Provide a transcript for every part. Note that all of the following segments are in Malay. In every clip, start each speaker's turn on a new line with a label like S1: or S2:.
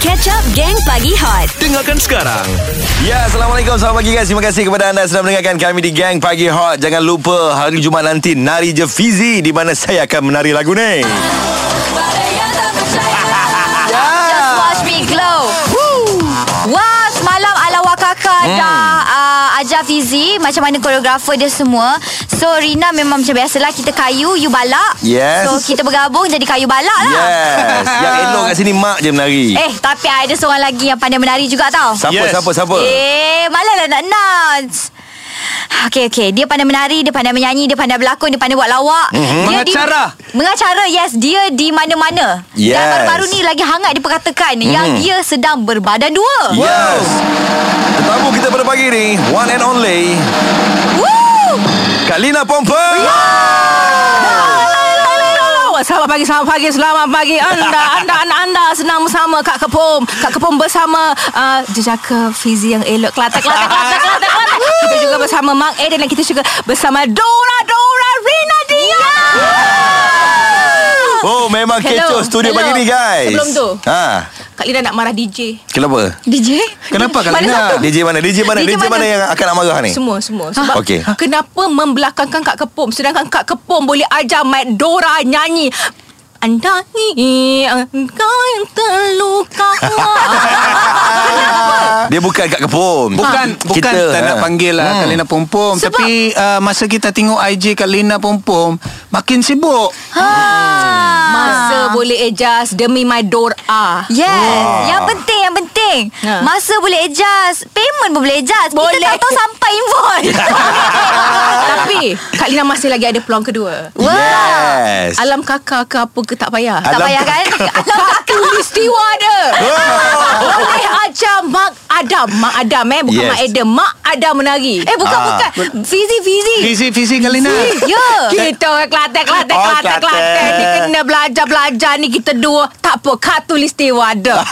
S1: Catch up Gang Pagi Hot
S2: Dengarkan sekarang Ya, Assalamualaikum Selamat pagi guys Terima kasih kepada anda Sedang mendengarkan kami di Gang Pagi Hot Jangan lupa Hari Jumaat nanti Nari Je Fizi Di mana saya akan menari lagu ni Ah.
S3: Ah.
S1: Just watch me glow Woo. Wah semalam ala wakaka hmm. dah uh, ajar Fizi Macam mana koreografer dia semua So Rina memang macam biasalah Kita kayu, you balak
S2: Yes.
S1: So kita bergabung jadi kayu balak lah
S2: Yes Yang elok kat sini Mak je menari
S1: Eh tapi ada seorang lagi yang pandai menari juga tau
S2: Siapa,
S4: Yes.
S2: siapa, siapa
S1: Eh, malah lah nak announce. Okay, okay. Dia pandai menari, dia pandai menyanyi, dia pandai berlakon, dia pandai buat lawak. Mm-hmm.
S4: Mengacara.
S1: Di, mengacara, yes. Dia di mana-mana. Dan
S2: Yes.
S1: baru-baru ni lagi hangat diperkatakan mm-hmm. yang dia sedang berbadan dua.
S2: Yes Tetamu kita pada pagi ni One and only
S1: Woo!
S2: Kak Lina Pompa
S3: Ya. Selamat pagi, selamat pagi, selamat pagi anda, anda, anda, anda senang bersama Kak Kepom. Kak Kepom bersama uh, jejaka Fizi yang elok Kelantan, Kelantan, Kelantan, Kelantan, Kelantan. Kita juga bersama Mak Eden dan kita juga bersama Dora, Dora, Rina Dia.
S2: Oh memang kecoh
S3: Hello.
S2: studio
S3: Hello.
S2: pagi ni guys
S3: Sebelum tu.
S2: ha.
S3: Kak Lina nak marah DJ.
S2: Kenapa?
S1: DJ?
S2: Kenapa Kak
S3: Mana
S2: Lina?
S3: satu?
S2: DJ mana? DJ mana? DJ,
S3: DJ
S2: mana?
S3: mana?
S2: yang akan nak marah ni? Ah.
S3: Semua, semua. Sebab
S2: Okey.
S3: kenapa membelakangkan Kak Kepom sedangkan Kak Kepom boleh ajar Mat Dora nyanyi. Anda ni engkau yang terluka. Kenapa?
S2: Dia bukan Kak Kepom
S4: Bukan ha. bukan kita, tak
S2: eh.
S4: nak panggil lah hmm. Kak Lina Pompom
S3: Sebab-
S4: tapi uh, masa kita tengok IG Kak Lina Pompom makin sibuk.
S3: Masa boleh adjust demi my ah. Dora.
S1: Yes oh. Yang penting Yang penting
S3: Ha.
S1: Masa boleh adjust Payment pun boleh adjust
S3: Boleh.
S1: Kita tak tahu sampai invoice Ya.
S3: Tapi Kak Lina masih lagi ada peluang kedua.
S2: Yes
S3: Alam kakak ke apa ke tak payah.
S1: Tak
S2: Alam
S1: payah kan Alam
S3: Satu peristiwa ada.
S2: Oh.
S3: Boleh ajar Mak Adam. Mak Adam eh. Bukan
S2: Yes.
S3: Mak Adam. Mak Adam menari.
S1: Eh bukan
S2: Ah.
S1: bukan Fizi Fizi
S4: Fizi-fizi Kak Lina.
S1: Ya
S3: Kita orang Kelantan, Kelantan,
S2: Oh,
S3: Kelantan, Kelantan.
S2: Kelantan.
S3: Ni kena belajar-belajar ni kita dua. Tak apa, katulistiwa ada.
S4: ah.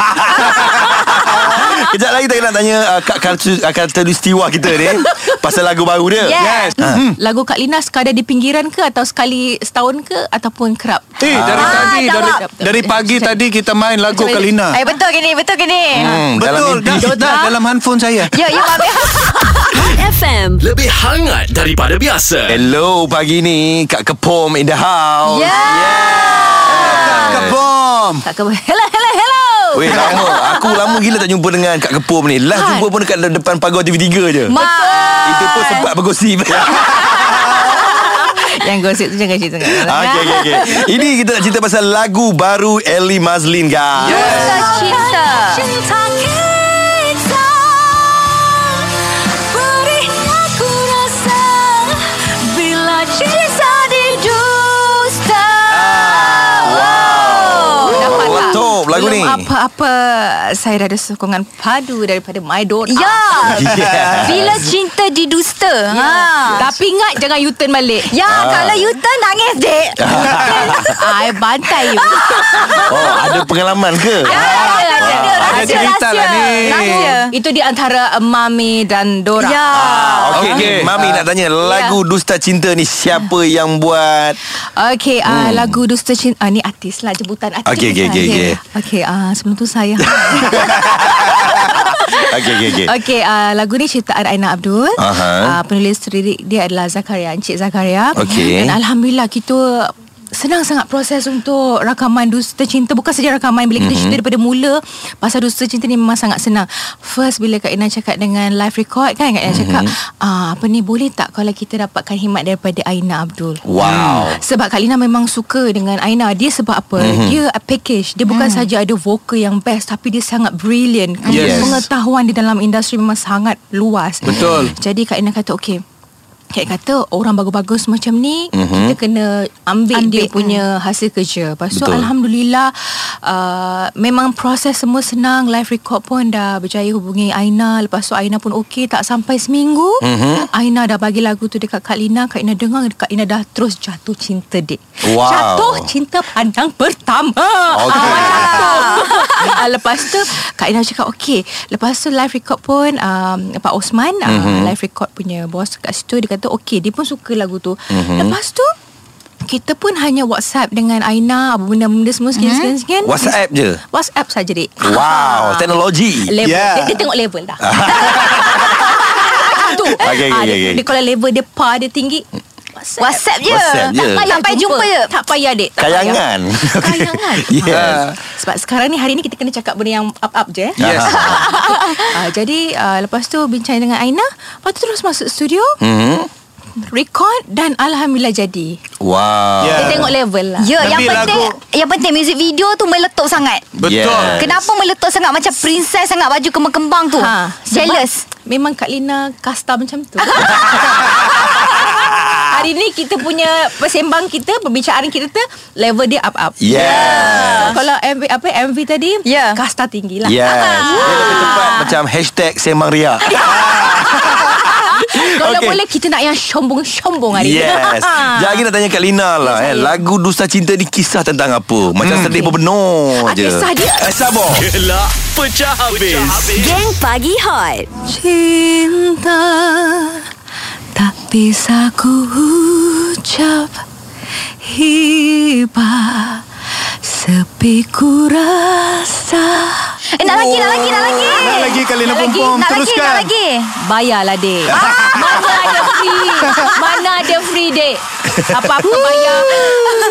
S2: Kejap lagi kita nak tanya uh, Kak Kartulistiwa kita ni Pasal lagu baru dia
S1: Yes.
S3: Hmm. Lagu Kak Lina sekadar di pinggiran ke atau sekali setahun ke ataupun kerap?
S4: Eh dari
S1: Ah,
S4: tadi dari
S1: jawab.
S4: dari pagi tadi kita main lagu Kak Lina.
S1: Eh betul ke ni Betul ke ni
S2: Hmm,
S4: Betul
S2: dalam
S4: dah,
S2: mimpi.
S4: dah, dah dalam handphone saya. Eh,
S1: Ya ya Mabek
S5: FM.
S6: Lebih hangat daripada biasa
S2: Hello pagi ni Kak Kepom in the house
S1: Ya
S4: Kak Bom.
S3: Tak ke Hello hello hello
S2: Weh lama Aku lama gila tak jumpa dengan Kak Kepom ni
S4: Kan?
S2: Last jumpa pun dekat depan pagar TV3 je Itu pun sempat bergosip
S3: Yang gosip tu jangan cerita
S2: Okay, okay, okay. Ini kita nak cerita pasal lagu baru Ellie Mazlin, guys.
S1: Cinta Cinta
S3: Cinta kita Beri aku rasa Bila cinta didusta
S1: Ah,
S3: Nampak
S2: Wow,
S3: tak?
S2: top lagu
S3: Oh, Belum
S2: ni.
S3: apa-apa Saya dah ada sokongan padu Daripada My Dora
S1: Ya
S2: Yes.
S1: Bila cinta didusta ha.
S3: Ah. Tapi ingat jangan U-turn balik Ah.
S1: Ya
S4: Ah.
S1: kalau you turn nangis dek
S3: I bantai you
S2: Oh, ada pengalaman ke?
S1: Ah, Ada
S4: Ya.
S1: ada
S4: Ada
S1: rahsia,
S4: cerita lah
S1: rahsia.
S4: ni.
S1: Rahsia.
S3: Itu di antara uh, Mami dan Dora Ah.
S1: Ya
S2: Okey, okay.
S4: Okey. Ya.
S2: Mami nak tanya lagu Dusta Cinta ni siapa yang buat?
S3: Okay, uh, lagu Dusta Cinta uh, ni artis lah jemputan artis.
S2: Hmm. Okey, okey, okey, okey.
S3: Okay, okay uh, sebelum tu saya.
S2: Okey, okey, okey.
S3: okay, uh, lagu ni ciptaan Aina Abdul.
S2: Aha.
S3: Uh, penulis lirik dia adalah Zakaria, Encik Zakaria.
S2: Okey.
S3: Dan alhamdulillah kita senang sangat proses untuk rakaman Dusta Cinta bukan saja rakaman
S2: Mhm.
S3: bila kita mm-hmm. cerita daripada mula pasal Dusta Cinta ni memang sangat senang first bila Kak Ina cakap dengan live record kan Kak Ina mm-hmm. cakap
S2: Mhm.
S3: ah, apa ni boleh tak kalau kita dapatkan himat daripada Aina Abdul
S2: Wow.
S3: sebab Kak Lina memang suka dengan Aina Dia sebab apa
S4: Mhm.
S3: mm-hmm. Dia a package Dia bukan saja ada vokal yang best Tapi dia sangat brilliant
S4: Yes.
S3: yes. Pengetahuan di dalam industri Memang sangat luas
S4: Betul.
S3: Jadi Kak Lina kata Okay Kak Ina kata orang bagus-bagus macam ni
S4: Mhm.
S3: mm-hmm. Kita kena ambil, ambil dia punya hasil kerja Lepas tu
S2: Betul.
S3: Alhamdulillah uh, Memang proses semua senang Live record pun dah berjaya hubungi Aina Lepas tu Aina pun okey Tak sampai seminggu
S2: Mhm.
S3: mm-hmm. Aina dah bagi lagu tu dekat Kak Lina Kak Lina dengar Kak Lina dah terus jatuh cinta dek
S2: Wow.
S3: Jatuh cinta pandang pertama
S2: Okey.
S3: Awal jatuh Ah, Lepas tu Kak Ina cakap okey Lepas tu live record pun um, Pak Osman uh,
S2: Mhm. Mhm.
S3: live record punya bos kat situ Dia kata okey Dia pun suka lagu tu Lepas tu kita pun hanya WhatsApp dengan Aina apa benda-benda semua sekian-sekian.
S2: WhatsApp je?
S3: WhatsApp saja, Dik. Ah.
S2: Wow, teknologi.
S3: Level.
S4: Yeah.
S3: Dia, dia tengok level dah. tu.
S2: Okay, okay,
S3: Ah, dia,
S2: okay, okay.
S3: dia kalau level dia par dia tinggi WhatsApp.
S1: WhatsApp je
S2: WhatsApp je.
S1: Tak payah sampai jumpa je
S3: Tak payah dek tak
S2: Kayangan.
S3: payah. Kayangan
S2: Yes.
S3: Ah, Sebab sekarang ni Hari ni kita kena cakap Benda yang up-up je eh.
S4: Yes.
S3: Ah, Jadi ah, Lepas tu bincang dengan Aina Lepas tu terus masuk studio
S2: Hmm.
S3: Record Dan Alhamdulillah jadi
S4: Yeah.
S2: Wow.
S3: Kita tengok level lah
S1: Ya,
S4: Tapi
S1: yang penting
S4: lagu-
S1: yang penting music video tu meletup sangat.
S4: Betul.
S2: Yes.
S1: Kenapa meletup sangat macam princess sangat baju kembang-kembang tu? Ha,
S3: sebab
S1: Jealous.
S3: Memang Kak Lina Kasta macam tu Hari ni kita punya Persembang kita Perbincangan kita tu Level dia up-up
S2: Yes.
S3: Ah, Kalau MV apa MV tadi
S1: Ya.
S3: Kasta tinggi lah
S2: Yes. Dia lebih tepat macam hashtag Semang Ria.
S3: Kalau
S2: Okay.
S3: okay. boleh kita nak yang sombong-sombong hari
S2: Yes.
S3: ni
S2: Jangan lagi nak tanya Kak Lina lah. Eh. Lagu Dusta Cinta ni kisah tentang apa? Macam hmm. sedik berbenur
S3: Ah,
S2: je.
S3: kisah dia.
S2: Eh, sabar.
S6: Gelak pecah habis.
S5: Geng Pagi Hot.
S3: Cinta Tak bisa ku ucap Hiba Sepi ku rasa
S1: Eh, nak lagi, nak lagi, nak lagi.
S4: Nak lagi Kak Lina
S1: Nak
S4: Pompom
S1: lagi, nak
S4: Teruskan
S1: lagi. Ah.
S3: Bayarlah dek Mana ada free Mana ada free dek Apa-apa bayar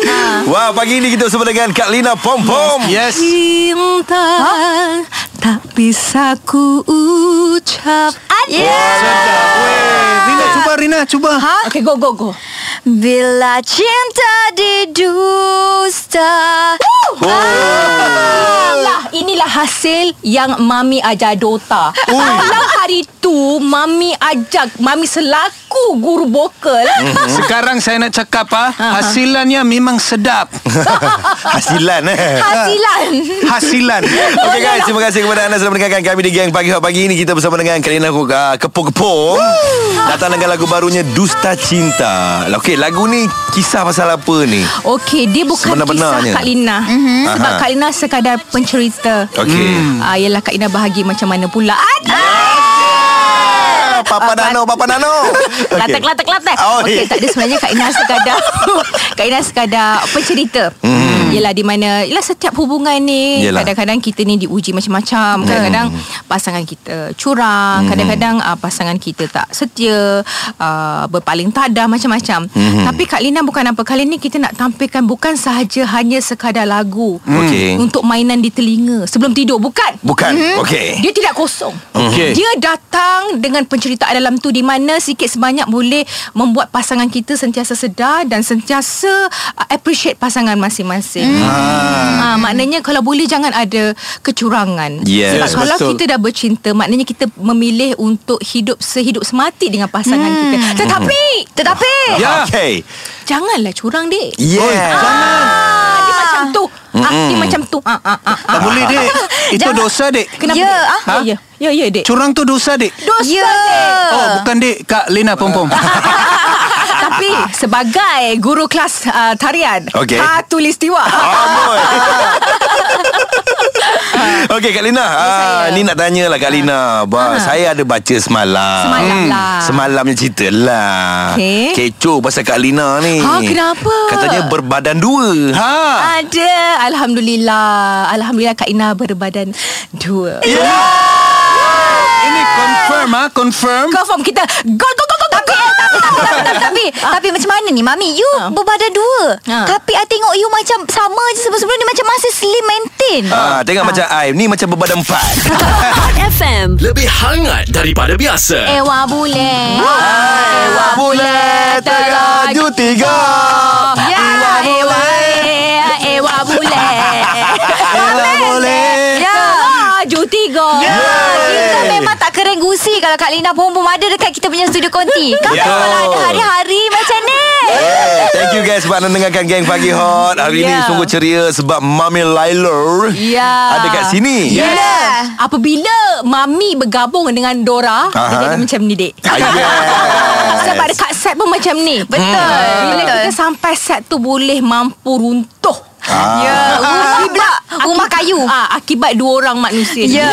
S1: Ha.
S2: Wah, pagi ini kita bersama dengan Kak Lina Pompom.
S4: Yes
S3: Cinta Tak bisa ku ucap
S1: Yeah.
S4: Sedap weh Rina cuba Rina cuba ha?
S1: Ah.
S3: Okay go go go
S1: Bila cinta didusta.
S2: Oh!
S3: Inilah, Oh! inilah hasil yang Mami ajar Dota. Kalau hari tu Mami ajak, Mami selaku guru vokal.
S2: Hmm.
S4: Sekarang saya nak cakap ah, Hasilannya memang sedap
S2: Hasilan eh.
S1: Hasilan.
S4: Hasilan
S2: Okey guys, terima kasih kepada anda sudah mendengarkan kami di Gang Pagi Hot pagi ini. Kita bersama dengan Karina uh, Kepo-Kepo. Datang dengan lagu barunya Dusta Cinta. Okey, lagu ni kisah pasal apa ni?
S3: Okey, dia bukan kisah
S2: Sebenar-benarnya.
S3: Kak Lina. Mm-hmm. Sebab
S2: Aha.
S3: Kak Lina sekadar pencerita.
S2: Okey.
S3: Ah, yelah Kak Lina bahagi macam mana pula. Ada.
S2: Ah, Papa Dano, Papa Dano.
S3: Kelantan, kelantan, kelantan
S2: Oh,
S3: Okey,
S2: ni.
S3: tak ada sebenarnya Kak Ina sekadar Kak Ina sekadar pencerita hmm. Yelah di mana Yelah setiap hubungan ni
S2: Yelah. Hmm.
S3: Kadang-kadang kita ni diuji macam-macam Kadang-kadang pasangan kita curang Kadang-kadang uh, pasangan kita tak setia uh, Berpaling tadah macam-macam
S2: Hmm.
S3: Tapi Kak Lina bukan apa Kali ni kita nak tampilkan Bukan sahaja hanya sekadar lagu
S2: Hmm. Okey.
S3: Untuk mainan di telinga Sebelum tidur Bukan
S2: Bukan.
S4: Hmm?
S2: Okey.
S3: dia tidak kosong.
S4: Okey.
S3: Dia datang dengan penceritaan dalam tu di mana sikit sebanyak boleh membuat pasangan kita sentiasa sedar dan sentiasa uh, appreciate pasangan masing-masing. Ha. ha maknanya kalau boleh jangan ada kecurangan.
S2: Yes,
S3: Sebab kalau
S4: betul.
S3: kita dah bercinta maknanya kita memilih untuk hidup sehidup semati dengan pasangan hmm. kita. Tetapi
S1: Tetapi
S4: Ya.
S2: Okey.
S3: janganlah curang dek.
S2: Ya.
S4: Oi,
S2: Yeah.
S4: Jangan
S3: Ah, dia macam tu. Ah, dia macam tu. Ah, ah, ah, ah.
S4: Tak boleh dek Itu
S1: Jangan.
S4: dosa dek
S3: Kenapa?
S1: Ya,
S3: dek?
S1: ah.
S3: Ha? Ya, ya, ya, dek.
S4: Curang tu dosa dek
S3: Dosa
S1: Ya.
S4: Oh bukan dek Kak Lina Pompom
S3: Ah. Tapi sebagai guru kelas uh, tarian, Ha
S2: Okey.
S3: khatulistiwa.
S2: Amboi. Okey Kak Lina, ah, ni nak tanyalah Kak Lina. Bah, saya ada baca semalam. Hmm.
S3: Semalam lah.
S2: Semalamnya cerita lah.
S3: Okey.
S2: Kecoh pasal Kak Lina ni.
S3: Ha, kenapa? Ah.
S2: Katanya berbadan dua. Ha.
S4: Ha
S3: Ada Alhamdulillah Alhamdulillah Kak Ina berbadan Dua
S4: Ini confirm ah Confirm
S3: Confirm kita Gol gol gol gol Tapi ah.
S1: tapi, tapi, tapi, tapi macam mana ni Mami You
S3: Ha.
S1: berbadan dua
S3: Ha.
S1: Tapi I tengok you macam Sama je sebelum-sebelum ni Macam masih slim maintain
S2: Ah, tengok macam I Ni macam berbadan empat
S5: Hot FM.
S6: Lebih hangat daripada biasa.
S1: Ewa boleh
S3: Ah.
S2: Ewa bulat Teraju tiga
S3: Ya Ewa Ewa Ewa boleh
S4: Ella boleh
S1: Ya
S3: Aju tiga
S1: Kita memang tak keren gusi Kalau Kak Lina pun pun ada Dekat kita punya studio konti Kau
S2: Ya.
S1: yeah. kalau ada hari-hari Macam ni
S2: Yeah, Thank you guys Sebab anda dengarkan Gang Pagi Hot Hari yeah.
S3: Yeah.
S2: ni sungguh ceria Sebab Mami Lailur
S3: Ya.
S2: Ada kat sini
S3: Ya.
S1: Yeah.
S3: Apabila Mami bergabung dengan Dora Dia
S2: Aha.
S3: jadi macam ni dek
S2: Ah, yes. Hmm.
S3: Sebab dekat set pun macam ni Betul Bila
S1: Betul.
S3: kita sampai set tu Boleh mampu runtuh
S2: Ah.
S3: Ya Akibat
S1: Rumah kayu.
S3: ah, Akibat dua orang manusia ni.
S1: Ya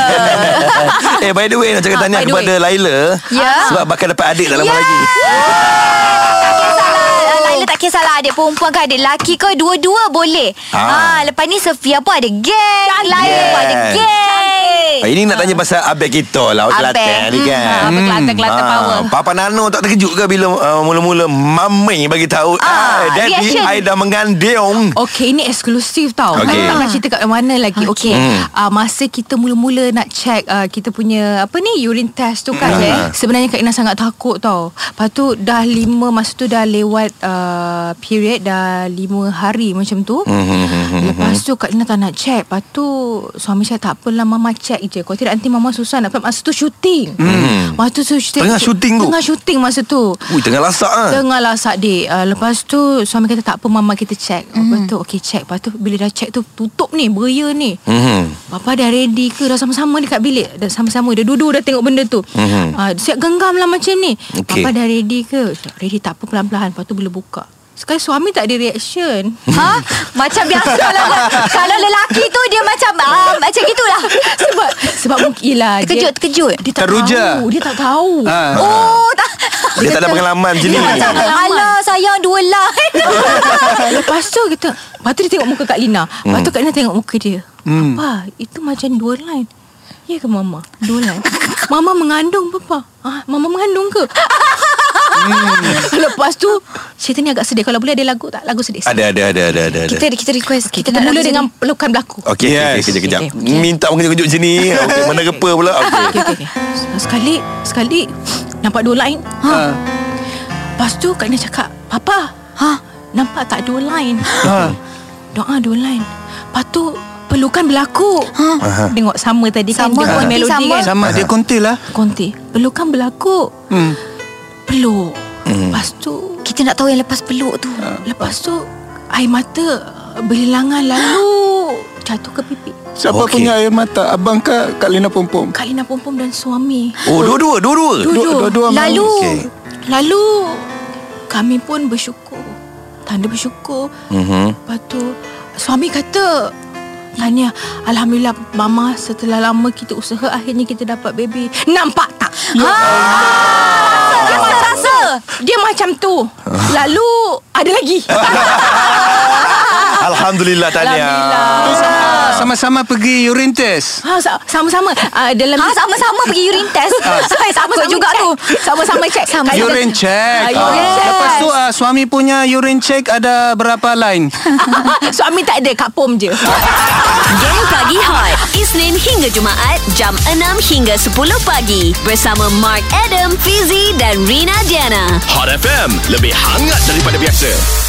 S2: Eh by the way Nak cakap
S3: Ah,
S2: tahniah
S3: by the
S2: kepada
S3: way.
S2: Laila
S1: Ya.
S2: Sebab bakal dapat adik tak lama lagi
S1: Tak kisahlah Laila Masalah tak kisahlah Adik perempuan ke adik lelaki ke Dua-dua boleh
S2: Ah.
S1: ah. Lepas ni Sofia pun ada geng Lain
S2: Yes.
S1: pun ada geng
S2: Ah, Ini nak tanya pasal Abek kita lah
S1: Abang.
S2: Abek Kelantan ni kan
S3: Hmm, Abang Kelantan, Kelantan
S2: Ah,
S3: power.
S2: Papa Nano tak terkejut ke Bila uh, mula-mula Mami bagi tahu
S1: Ah,
S2: ah, Daddy
S1: reaction.
S2: I dah mengandung
S3: Okay ini eksklusif tau
S2: Okey.
S3: okay. Tak pernah cerita kat mana lagi Okay, okay.
S2: Hmm.
S3: Uh, Masa kita mula-mula nak check uh, Kita punya Apa ni Urine test tu kan
S2: Hmm.
S3: eh.
S2: Ah.
S3: Sebenarnya Kak Ina sangat takut tau Lepas tu dah lima Masa tu dah lewat uh, Period Dah lima hari macam tu
S2: Hmm,
S3: Lepas tu Kak Ina tak nak check Lepas tu Suami saya tak apalah Mama check je Kalau tidak nanti Mama susah nak faham." Masa tu syuting Masa tu syuting
S2: Hmm. Tengah syuting tu?
S3: Tengah syuting masa tu
S2: Ui tengah lasak ah.
S3: Dengar lah Saddiq uh, Lepas tu Suami kata tak apa Mama kita check mm. Lepas tu Okay check Lepas tu bila dah check tu Tutup ni Beria ni
S2: Mhm.
S3: Papa dah ready ke Dah sama-sama dekat bilik Dah sama-sama Dah dua-dua dah tengok benda tu mm-hmm. uh, Siap genggam lah macam ni
S2: Okey.
S3: Papa dah ready ke Ready tak apa pelan-pelan Lepas tu bila buka Sekali suami tak ada reaction
S1: Ha? Macam biasa kalau kalau lelaki tu dia macam ah, macam gitulah.
S3: Sebab Sebab mungkin lah
S1: Terkejut, terkejut.
S3: Dia tak
S4: Teruja.
S3: tahu Dia tak tahu
S4: Ha.
S1: Oh, tak.
S2: Ah. Dia tak ada pengalaman macam ni
S1: Dia macam Alah sayang dua line
S3: Lepas tu kita Lepas tu dia tengok muka Kak Lina Lepas
S2: Hmm.
S3: tu Kak Lina tengok muka dia Papa Itu macam dua line Ya ke Mama Dua line Mama mengandung Papa ah, Mama mengandung ke
S2: Hmm.
S3: Lepas tu Cerita ni agak sedih Kalau boleh ada lagu tak Lagu sedih
S2: Ada ada ada ada ada. ada.
S1: Kita kita request Kita,
S3: Kita
S1: nak
S3: mula
S1: lagu
S3: dengan
S1: sedih.
S3: pelukan berlaku
S2: Okey yes.
S4: Yes.
S2: okay, kejap kejap.
S3: Okey,
S2: Okay. Minta mengejut-kejut macam ni. Okey mana kepa pula. Okey.
S3: okay, okay, okay. Sekali Sekali Nampak dua line ha.
S4: Ah.
S3: Lepas tu Kak Ina cakap Papa
S1: Ha?
S3: Nampak tak dua line
S4: Ah.
S3: Doa dua line Lepas tu Pelukan berlaku ha. Tengok sama tadi kan
S1: Sama,
S3: Dia buat
S1: konti
S3: melodi
S1: sama.
S3: kan
S4: Sama dia konti lah
S3: Konti Pelukan berlaku
S4: Hmm.
S3: Peluk Lepas tu
S1: Kita nak tahu yang lepas peluk tu.
S3: Lepas tu Air mata Berlelangan lalu Jatuh ke pipi
S4: Siapa
S2: Okey.
S4: okay. punya air mata? Abang ke Kak Lina Pompom?
S3: Kak Lina Pompom dan suami
S2: Oh dua-dua dua-dua.
S3: Dua-dua.
S4: dua-dua mahu.
S3: Lalu
S2: Okey.
S3: Lalu Kami pun bersyukur Tanda bersyukur
S2: Mhm.
S3: Lepas tu Suami kata Tanya Alhamdulillah Mama setelah lama kita usaha Akhirnya kita dapat baby Nampak tak?
S2: Ya
S3: Ha? Dia macam rasa Dia macam tu
S2: Ah.
S3: Lalu Ada lagi
S2: Alhamdulillah tanya.
S4: Tu sama, sama-sama pergi urine test.
S3: Ha, sa- sama-sama uh, dalam Ha,
S1: Ha sama-sama pergi urine test. Saya takut juga
S3: check.
S1: tu.
S3: Sama-sama check
S1: Sama-
S3: Kali-
S4: Urine check.
S3: Ah, urine check.
S4: Lepas tu ah, suami punya urine check ada berapa line?
S3: Suami tak ada Kak Pom je
S5: Geng Pagi Hot Isnin hingga Jumaat Jam 6 hingga 10 pagi Bersama Mark Adam Fizi dan Rina Diana
S6: Hot FM Lebih hangat daripada biasa